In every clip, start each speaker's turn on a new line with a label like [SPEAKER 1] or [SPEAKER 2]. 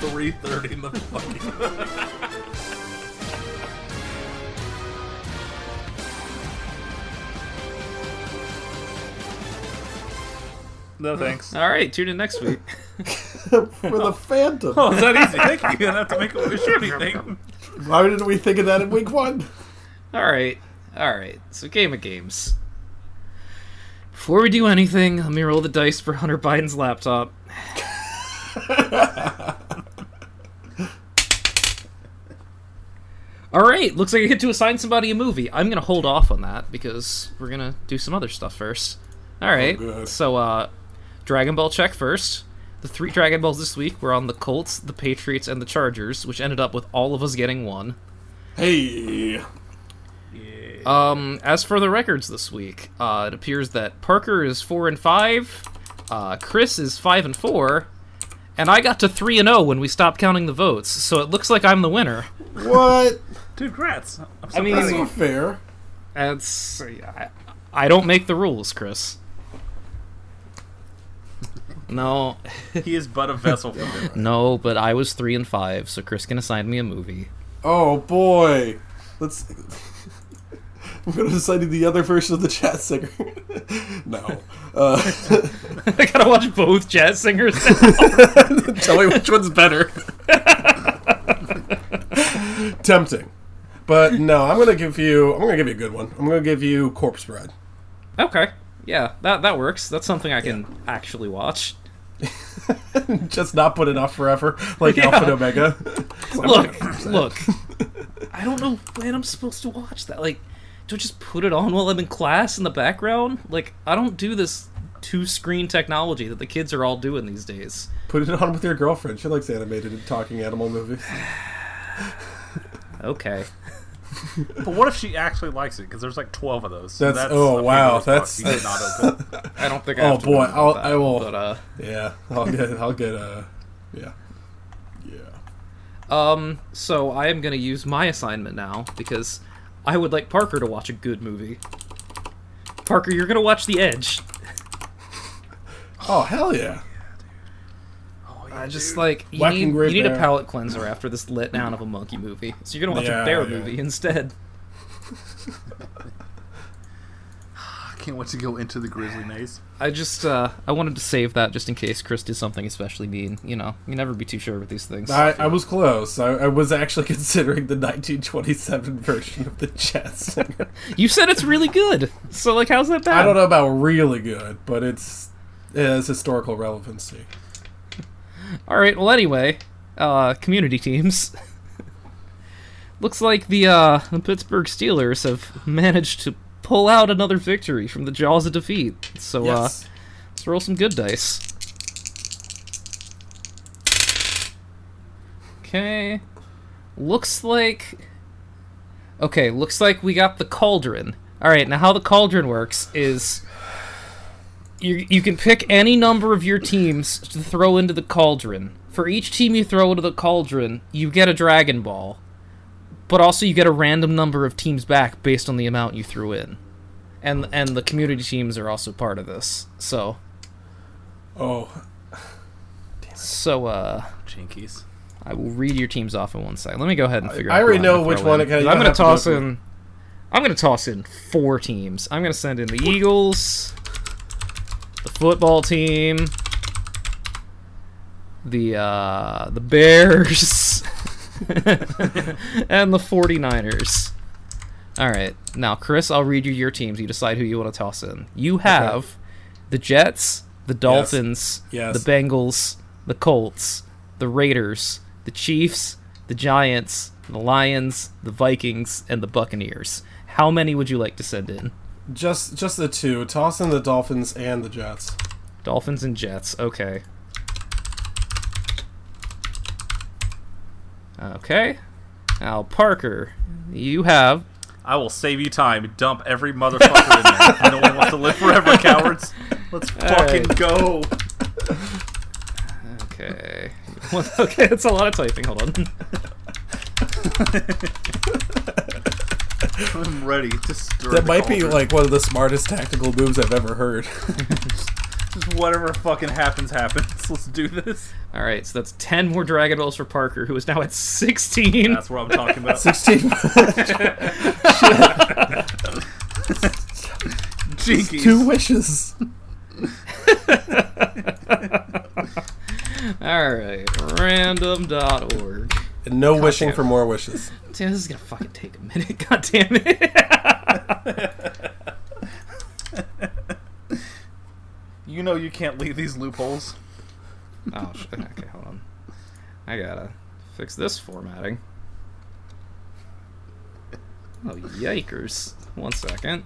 [SPEAKER 1] Three thirty in the fucking.
[SPEAKER 2] No thanks.
[SPEAKER 3] All right, tune in next week.
[SPEAKER 4] With a phantom.
[SPEAKER 2] Oh, it's that easy. Thank you. You don't have to make a wish or anything.
[SPEAKER 4] Why didn't we think of that in week one?
[SPEAKER 3] All right, all right. So game of games. Before we do anything, let me roll the dice for Hunter Biden's laptop. All right, looks like I get to assign somebody a movie. I'm gonna hold off on that because we're gonna do some other stuff first. All right,
[SPEAKER 4] good.
[SPEAKER 3] so uh, Dragon Ball check first. The three Dragon Balls this week were on the Colts, the Patriots, and the Chargers, which ended up with all of us getting one.
[SPEAKER 4] Hey.
[SPEAKER 3] Um, as for the records this week, uh, it appears that Parker is four and five, uh, Chris is five and four, and I got to three and zero when we stopped counting the votes. So it looks like I'm the winner.
[SPEAKER 4] What?
[SPEAKER 2] Dude, grats. I'm so
[SPEAKER 3] I mean-
[SPEAKER 2] proud
[SPEAKER 4] That's
[SPEAKER 2] of you.
[SPEAKER 4] not fair.
[SPEAKER 3] That's I, I don't make the rules, Chris. No,
[SPEAKER 2] he is but a vessel for difference.
[SPEAKER 3] no, but I was three and five, so Chris can assign me a movie.
[SPEAKER 4] Oh boy. Let's. I'm gonna decide the other version of the chat singer. no. Uh,
[SPEAKER 3] I gotta watch both jazz singers.
[SPEAKER 4] Tell me which one's better. Tempting, but no. I'm gonna give you. I'm gonna give you a good one. I'm gonna give you Corpse Bride.
[SPEAKER 3] okay, yeah, that that works. That's something I can actually watch.
[SPEAKER 4] Just not put it off forever, like
[SPEAKER 3] Yeah.
[SPEAKER 4] Alpha and Omega. So I'm gonna-
[SPEAKER 3] look, look. I don't know when I'm supposed to watch that. Like, do I just put it on while I'm in class in the background? Like, I don't do this two screen technology that the kids are all doing these days.
[SPEAKER 4] Put it on with your girlfriend. She likes animated and talking animal movies.
[SPEAKER 3] Okay.
[SPEAKER 2] But what if she actually likes it? Because there's like 12 of those. So
[SPEAKER 4] That's-
[SPEAKER 2] that's
[SPEAKER 4] oh,
[SPEAKER 2] a
[SPEAKER 4] wow,
[SPEAKER 2] Pandora's box
[SPEAKER 4] that's-
[SPEAKER 2] you did not open.
[SPEAKER 3] I don't think I
[SPEAKER 4] Oh,
[SPEAKER 3] have to
[SPEAKER 4] boy,
[SPEAKER 3] worry about
[SPEAKER 4] I'll-
[SPEAKER 3] that,
[SPEAKER 4] I will-
[SPEAKER 3] But, uh,
[SPEAKER 4] Yeah, I'll get. I'll get. Uh, yeah, yeah.
[SPEAKER 3] Um, so I am going to use my assignment now because I would like Parker to watch a good movie. Parker, you're going to watch The Edge.
[SPEAKER 4] Oh hell yeah!
[SPEAKER 2] Oh,
[SPEAKER 3] I just like you
[SPEAKER 4] Whacking
[SPEAKER 3] need,
[SPEAKER 4] Great
[SPEAKER 3] you need a
[SPEAKER 4] Bear.
[SPEAKER 3] palate cleanser after this letdown of a monkey movie. So you're gonna watch
[SPEAKER 4] Yeah,
[SPEAKER 3] a bear
[SPEAKER 4] yeah.
[SPEAKER 3] movie instead.
[SPEAKER 1] I can't wait to go into the grizzly maze.
[SPEAKER 3] I just uh, I wanted to save that just in case Chris did something especially mean. You know, you never be too sure with these things.
[SPEAKER 4] I, I was close. I, I was actually considering the 1927 version of the jazz singer.
[SPEAKER 3] you said it's really good, so like, how's that bad?
[SPEAKER 4] I don't know about really good, but it's it has historical relevancy.
[SPEAKER 3] All right. Well, anyway, uh, community teams. Looks like the uh, the Pittsburgh Steelers have managed to pull out another victory from the jaws of defeat. So uh,
[SPEAKER 4] Yes.
[SPEAKER 3] let's roll some good dice. Okay. Looks like. Okay, looks like we got the cauldron. Alright, now how the cauldron works is. You, you can pick any number of your teams to throw into the cauldron. For each team you throw into the cauldron, you get a Dragon Ball. But also, you get a random number of teams back based on the amount you threw in. And, and the community teams are also part of this. So,
[SPEAKER 4] oh,
[SPEAKER 3] so uh,
[SPEAKER 2] Jinkies.
[SPEAKER 3] I will read your teams off in one second. Let me go ahead and figure
[SPEAKER 4] I
[SPEAKER 3] out. who
[SPEAKER 4] already
[SPEAKER 3] I'm
[SPEAKER 4] know
[SPEAKER 3] gonna
[SPEAKER 4] which
[SPEAKER 3] throw
[SPEAKER 4] one
[SPEAKER 3] in.
[SPEAKER 4] it kinda-
[SPEAKER 3] 'Cause
[SPEAKER 4] you
[SPEAKER 3] I'm
[SPEAKER 4] don't
[SPEAKER 3] gonna
[SPEAKER 4] have to
[SPEAKER 3] toss
[SPEAKER 4] go through.
[SPEAKER 3] in. I'm gonna toss in four teams. I'm gonna send in the Eagles, the football team, the uh, the Bears, and the 49ers. All right, now Chris, I'll read you your teams. You decide who you want to toss in. You have the Jets, the Dolphins, the
[SPEAKER 4] Yes.
[SPEAKER 3] Bengals, the Colts, the Raiders, the Chiefs, the Giants, the Lions, the Vikings, and the Buccaneers. How many would you like to send in?
[SPEAKER 4] just just the two. Toss in the Dolphins and the Jets.
[SPEAKER 3] Dolphins and Jets. Okay. Okay. Now, Parker, you have.
[SPEAKER 2] I will save you time. Dump every motherfucker in there. No one wants to live forever, cowards. Let's fucking
[SPEAKER 3] right.
[SPEAKER 2] go.
[SPEAKER 3] Okay. okay, that's a lot of typing. Hold on.
[SPEAKER 1] I'm ready to stir.
[SPEAKER 4] That
[SPEAKER 1] the
[SPEAKER 4] might be
[SPEAKER 1] cauldron.
[SPEAKER 4] like one of the smartest tactical moves I've ever heard.
[SPEAKER 2] Just whatever fucking happens, happens. Let's do this.
[SPEAKER 3] All right, so that's 10 more Dragon Balls for Parker, who is now at 16.
[SPEAKER 2] That's what I'm talking about.
[SPEAKER 4] 16.
[SPEAKER 2] Jinkies.
[SPEAKER 4] Two wishes.
[SPEAKER 3] All right, random.org.
[SPEAKER 4] And no wishing for more wishes.
[SPEAKER 3] Damn, this is gonna fucking take a minute. God damn it.
[SPEAKER 2] You know you can't leave these loopholes.
[SPEAKER 3] oh, shit. Okay, hold on. I gotta fix this formatting. Oh, yikers. One second.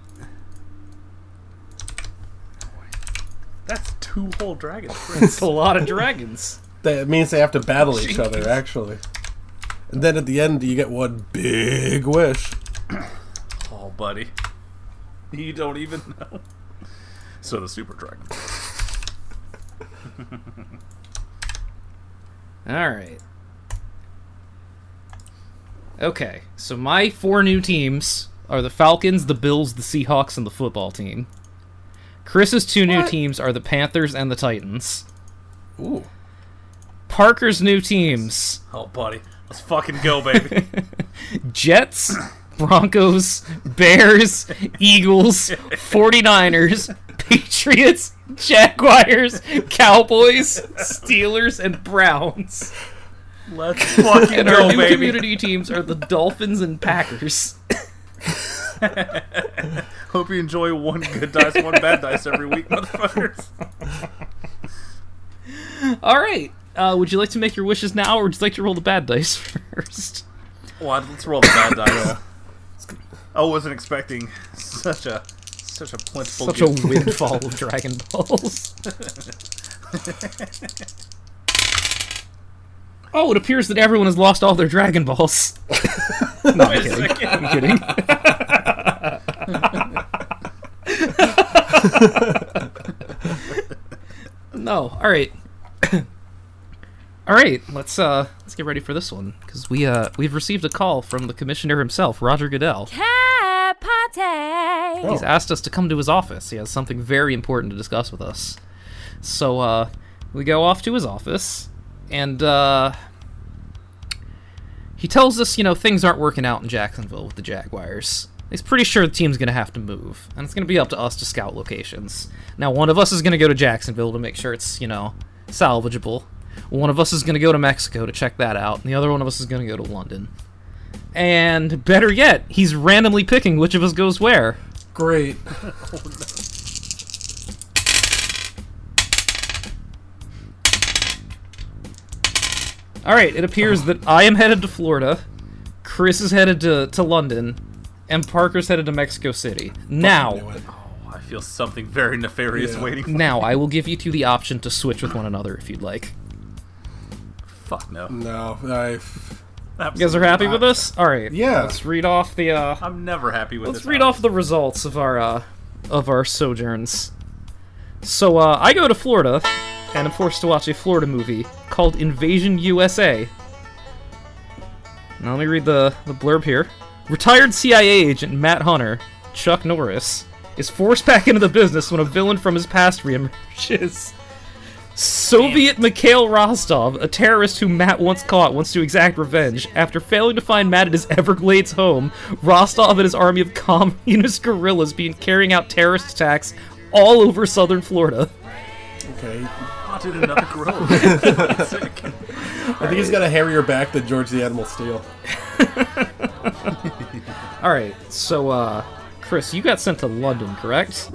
[SPEAKER 2] That's two whole dragons.
[SPEAKER 3] It's a lot of dragons.
[SPEAKER 4] That means they have to battle each other, actually. And then at the end, you get one big wish.
[SPEAKER 2] Oh, buddy. You don't even know. So the super dragon.
[SPEAKER 3] All right. Okay, so my four new teams are the Falcons, the Bills, the Seahawks, and the football team. Chris's two new teams are the Panthers and the Titans.
[SPEAKER 4] Ooh.
[SPEAKER 3] Parker's new teams
[SPEAKER 2] Oh, buddy. Let's fucking go, baby.
[SPEAKER 3] Jets, Broncos, Bears, Eagles, 49ers, Patriots, Jaguars, Cowboys, Steelers, and Browns.
[SPEAKER 2] Let's fucking
[SPEAKER 3] And our
[SPEAKER 2] go,
[SPEAKER 3] new
[SPEAKER 2] baby.
[SPEAKER 3] community teams are the Dolphins and Packers.
[SPEAKER 2] Hope you enjoy one good dice, one bad dice every week, motherfuckers.
[SPEAKER 3] All right. Uh, would you like to make your wishes now, or would you like to roll the bad dice first?
[SPEAKER 2] Well, let's roll the bad dice. I wasn't expecting such a such a plentiful
[SPEAKER 3] Such a
[SPEAKER 2] gift.
[SPEAKER 3] windfall of Dragon Balls. oh, it appears that everyone has lost all their Dragon Balls. no, I'm kidding. I'm kidding. no, all right. All right, let's uh let's get ready for this one because we uh we've received a call from the commissioner himself, Roger Goodell.
[SPEAKER 5] Cat party.
[SPEAKER 4] Oh.
[SPEAKER 3] He's asked us to come to his office. He has something very important to discuss with us. So, uh, we go off to his office, and, uh, he tells us, you know, things aren't working out in Jacksonville with the Jaguars. He's pretty sure the team's going to have to move, and it's going to be up to us to scout locations. Now, one of us is going to go to Jacksonville to make sure it's, you know, salvageable. One of us is going to go to Mexico to check that out, and the other one of us is going to go to London. And better yet, he's randomly picking which of us goes where.
[SPEAKER 4] Great.
[SPEAKER 3] All right, it appears that I am headed to Florida, Chris is headed to, to London, and Parker's headed to Mexico City.
[SPEAKER 4] Knew
[SPEAKER 3] Now,
[SPEAKER 4] it.
[SPEAKER 2] Oh, I feel something very nefarious
[SPEAKER 4] Yeah.
[SPEAKER 2] waiting. For-
[SPEAKER 3] now I will give you two the option to switch with one another if you'd like.
[SPEAKER 2] Fuck no.
[SPEAKER 4] No, I.
[SPEAKER 3] You guys are happy with this? All right.
[SPEAKER 4] Yeah.
[SPEAKER 3] Let's read off the uh,
[SPEAKER 2] I'm never happy with
[SPEAKER 3] let's
[SPEAKER 2] this.
[SPEAKER 3] read
[SPEAKER 2] Alex.
[SPEAKER 3] off the results of our uh, of our sojourns. So uh, I go to Florida, and I'm forced to watch a Florida movie called Invasion USA. Now let me read the the blurb here. Retired CIA agent Matt Hunter, Chuck Norris, is forced back into the business when a villain from his past reemerges. Soviet Mikhail Rostov, a terrorist who Matt once caught, wants to exact revenge. After failing to find Matt at his Everglades home, Rostov and his army of communist guerrillas begin carrying out terrorist attacks all over southern Florida.
[SPEAKER 4] Okay.
[SPEAKER 2] Oh, dude, another gorilla. Sick.
[SPEAKER 4] I think he's got a hairier back than George the Animal Steel.
[SPEAKER 3] All right, so uh, Chris, you got sent to London, correct?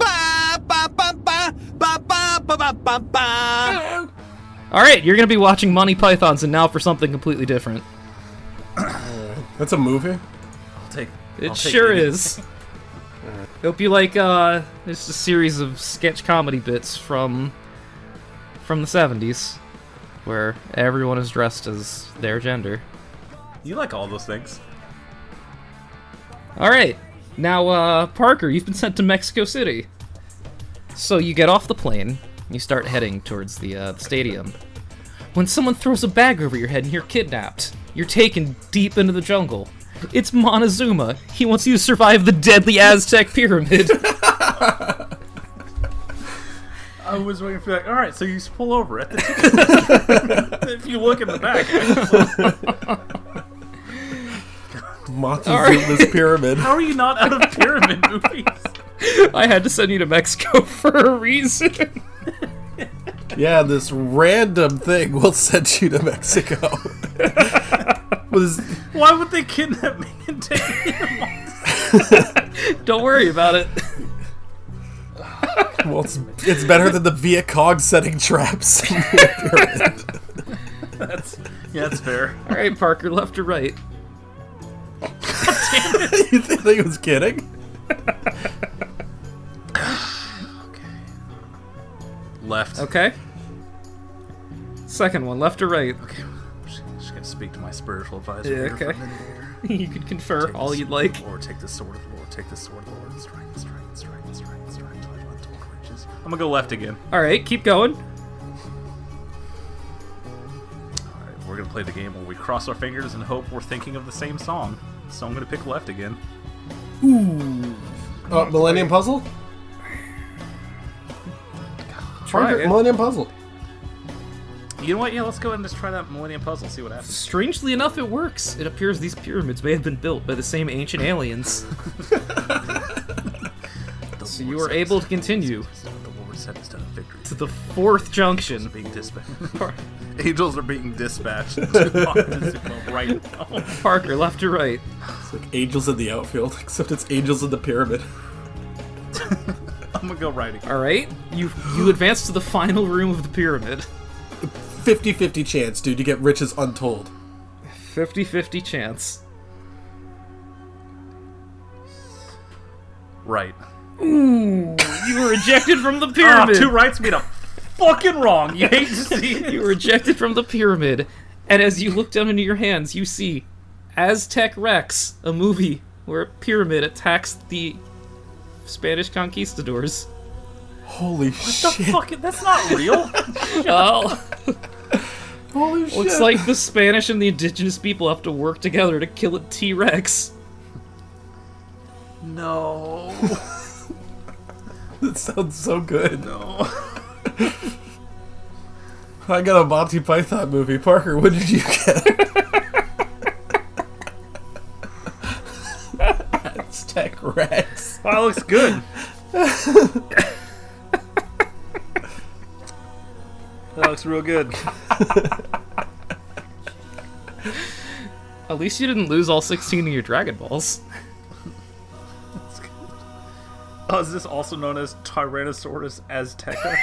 [SPEAKER 3] All right, you're gonna be watching Monty Python's, and now for something completely different.
[SPEAKER 4] That's a movie?
[SPEAKER 2] I'll take.
[SPEAKER 3] It
[SPEAKER 2] I'll take
[SPEAKER 3] sure
[SPEAKER 2] any-
[SPEAKER 3] is. Hope you like uh just a series of sketch comedy bits from from the 70s where everyone is dressed as their gender.
[SPEAKER 2] You like all those things.
[SPEAKER 3] All right. Now uh Parker, you've been sent to Mexico City. So you get off the plane, and you start heading towards the uh, stadium. When someone throws a bag over your head and you're kidnapped, you're taken deep into the jungle. It's Montezuma. He wants you to survive the deadly Aztec pyramid.
[SPEAKER 2] I was waiting for like, all right, so you just pull over at the ticket. if you look in the back,
[SPEAKER 4] Montezuma's pyramid.
[SPEAKER 2] how are you not out of pyramid movies?
[SPEAKER 3] I had to send you to Mexico for a reason.
[SPEAKER 4] Yeah, this random thing will send you to Mexico. Was
[SPEAKER 2] Why would they kidnap me and take me? to Mon-
[SPEAKER 3] Don't worry about it.
[SPEAKER 4] well, it's, it's better than the Viet Cong setting traps.
[SPEAKER 2] Yeah, that's fair.
[SPEAKER 3] All right, Parker, left or right?
[SPEAKER 4] you think he was kidding?
[SPEAKER 2] Left.
[SPEAKER 3] Okay. Second one, left or right?
[SPEAKER 2] Okay. I'm just- Just gonna speak to my spiritual advisor.
[SPEAKER 3] Yeah,
[SPEAKER 2] here for a
[SPEAKER 3] okay.
[SPEAKER 2] minute here.
[SPEAKER 3] You can confer
[SPEAKER 2] Take
[SPEAKER 3] all
[SPEAKER 2] this
[SPEAKER 3] you'd like.
[SPEAKER 2] Lord, take the sword of the Lord. Take the sword of the Lord. Strike, strike, strike, strike, strike. till I find twelve witches. I'm gonna go left again.
[SPEAKER 3] All right, keep going.
[SPEAKER 2] All right, we're gonna play the game where we cross our fingers and hope we're thinking of the same song. So I'm gonna pick left again.
[SPEAKER 4] Oh, Millennium Puzzle.
[SPEAKER 3] Try it.
[SPEAKER 4] Millennium Puzzle.
[SPEAKER 2] You know what? Yeah, let's go ahead and just try that Millennium Puzzle. See what happens.
[SPEAKER 3] Strangely enough, it works. It appears these pyramids may have been built by the same ancient aliens. so you were able to continue
[SPEAKER 2] The Lord said it's done victory.
[SPEAKER 3] to the fourth junction.
[SPEAKER 2] Being dispatched.
[SPEAKER 3] Par-
[SPEAKER 1] Angels are being dispatched.
[SPEAKER 2] right now.
[SPEAKER 3] Parker, left or right?
[SPEAKER 4] It's like Angels in the Outfield, except it's Angels in the Pyramid.
[SPEAKER 2] I'm gonna go right again.
[SPEAKER 3] All right, you you advance to the final room of the pyramid.
[SPEAKER 4] 50-50 chance, dude. You get riches untold.
[SPEAKER 3] 50-50 chance.
[SPEAKER 2] Right.
[SPEAKER 3] You were ejected from the
[SPEAKER 2] Ah,
[SPEAKER 3] pyramid.
[SPEAKER 2] two rights made a fucking wrong. You hate to see it.
[SPEAKER 3] You were ejected from the pyramid, and as you look down into your hands, you see Aztec Rex, a movie where a pyramid attacks the Spanish conquistadors.
[SPEAKER 4] Holy shit!
[SPEAKER 2] Fucking, that's not real.
[SPEAKER 3] Oh,
[SPEAKER 4] Holy shit!
[SPEAKER 3] looks like the Spanish and the indigenous people have to work together to kill a T Rex.
[SPEAKER 2] no.
[SPEAKER 4] That sounds so good. No. I got a Monty Python movie. Parker, what did you get? Aztec Rex.
[SPEAKER 2] Wow, looks good. that looks real good.
[SPEAKER 3] At least you didn't lose all 16 of your Dragon Balls.
[SPEAKER 2] Oh, is this also known as Tyrannosaurus azteca?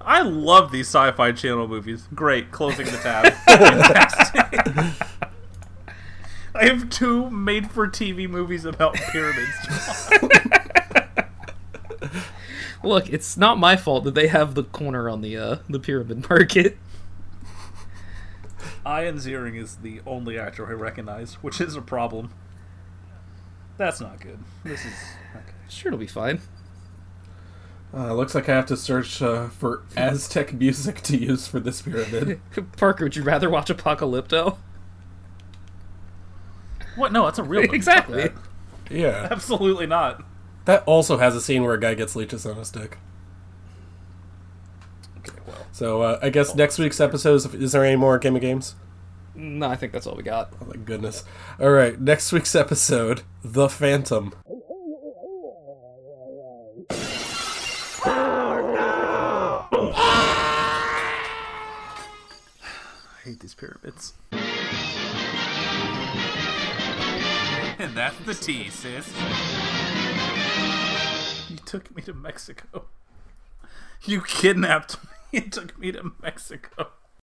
[SPEAKER 2] I love these sci-fi channel movies. Great, closing the tab. Fantastic. I have two made-for-TV movies about pyramids.
[SPEAKER 3] Look, it's not my fault that they have the corner on the uh, the pyramid market.
[SPEAKER 2] Ian Ziering is the only actor I recognize, which is a problem. That's not good. This is
[SPEAKER 3] Sure, it'll be fine.
[SPEAKER 4] Uh, looks like I have to search uh, for Aztec music to use for this pyramid.
[SPEAKER 3] Parker, would you rather watch Apocalypto?
[SPEAKER 2] what? No, that's a real movie. Fuck
[SPEAKER 3] Exactly.
[SPEAKER 2] that.
[SPEAKER 4] Yeah.
[SPEAKER 2] Absolutely not.
[SPEAKER 4] That also has a scene where a guy gets leeches on his dick. So uh, I guess next week's episode is, is there any more Game of Games?
[SPEAKER 3] No, I think that's all we got.
[SPEAKER 4] Oh my goodness. All right, next week's episode The Phantom.
[SPEAKER 2] I hate these pyramids. And that's the T, sis. You took me to Mexico. You kidnapped me and took me to Mexico.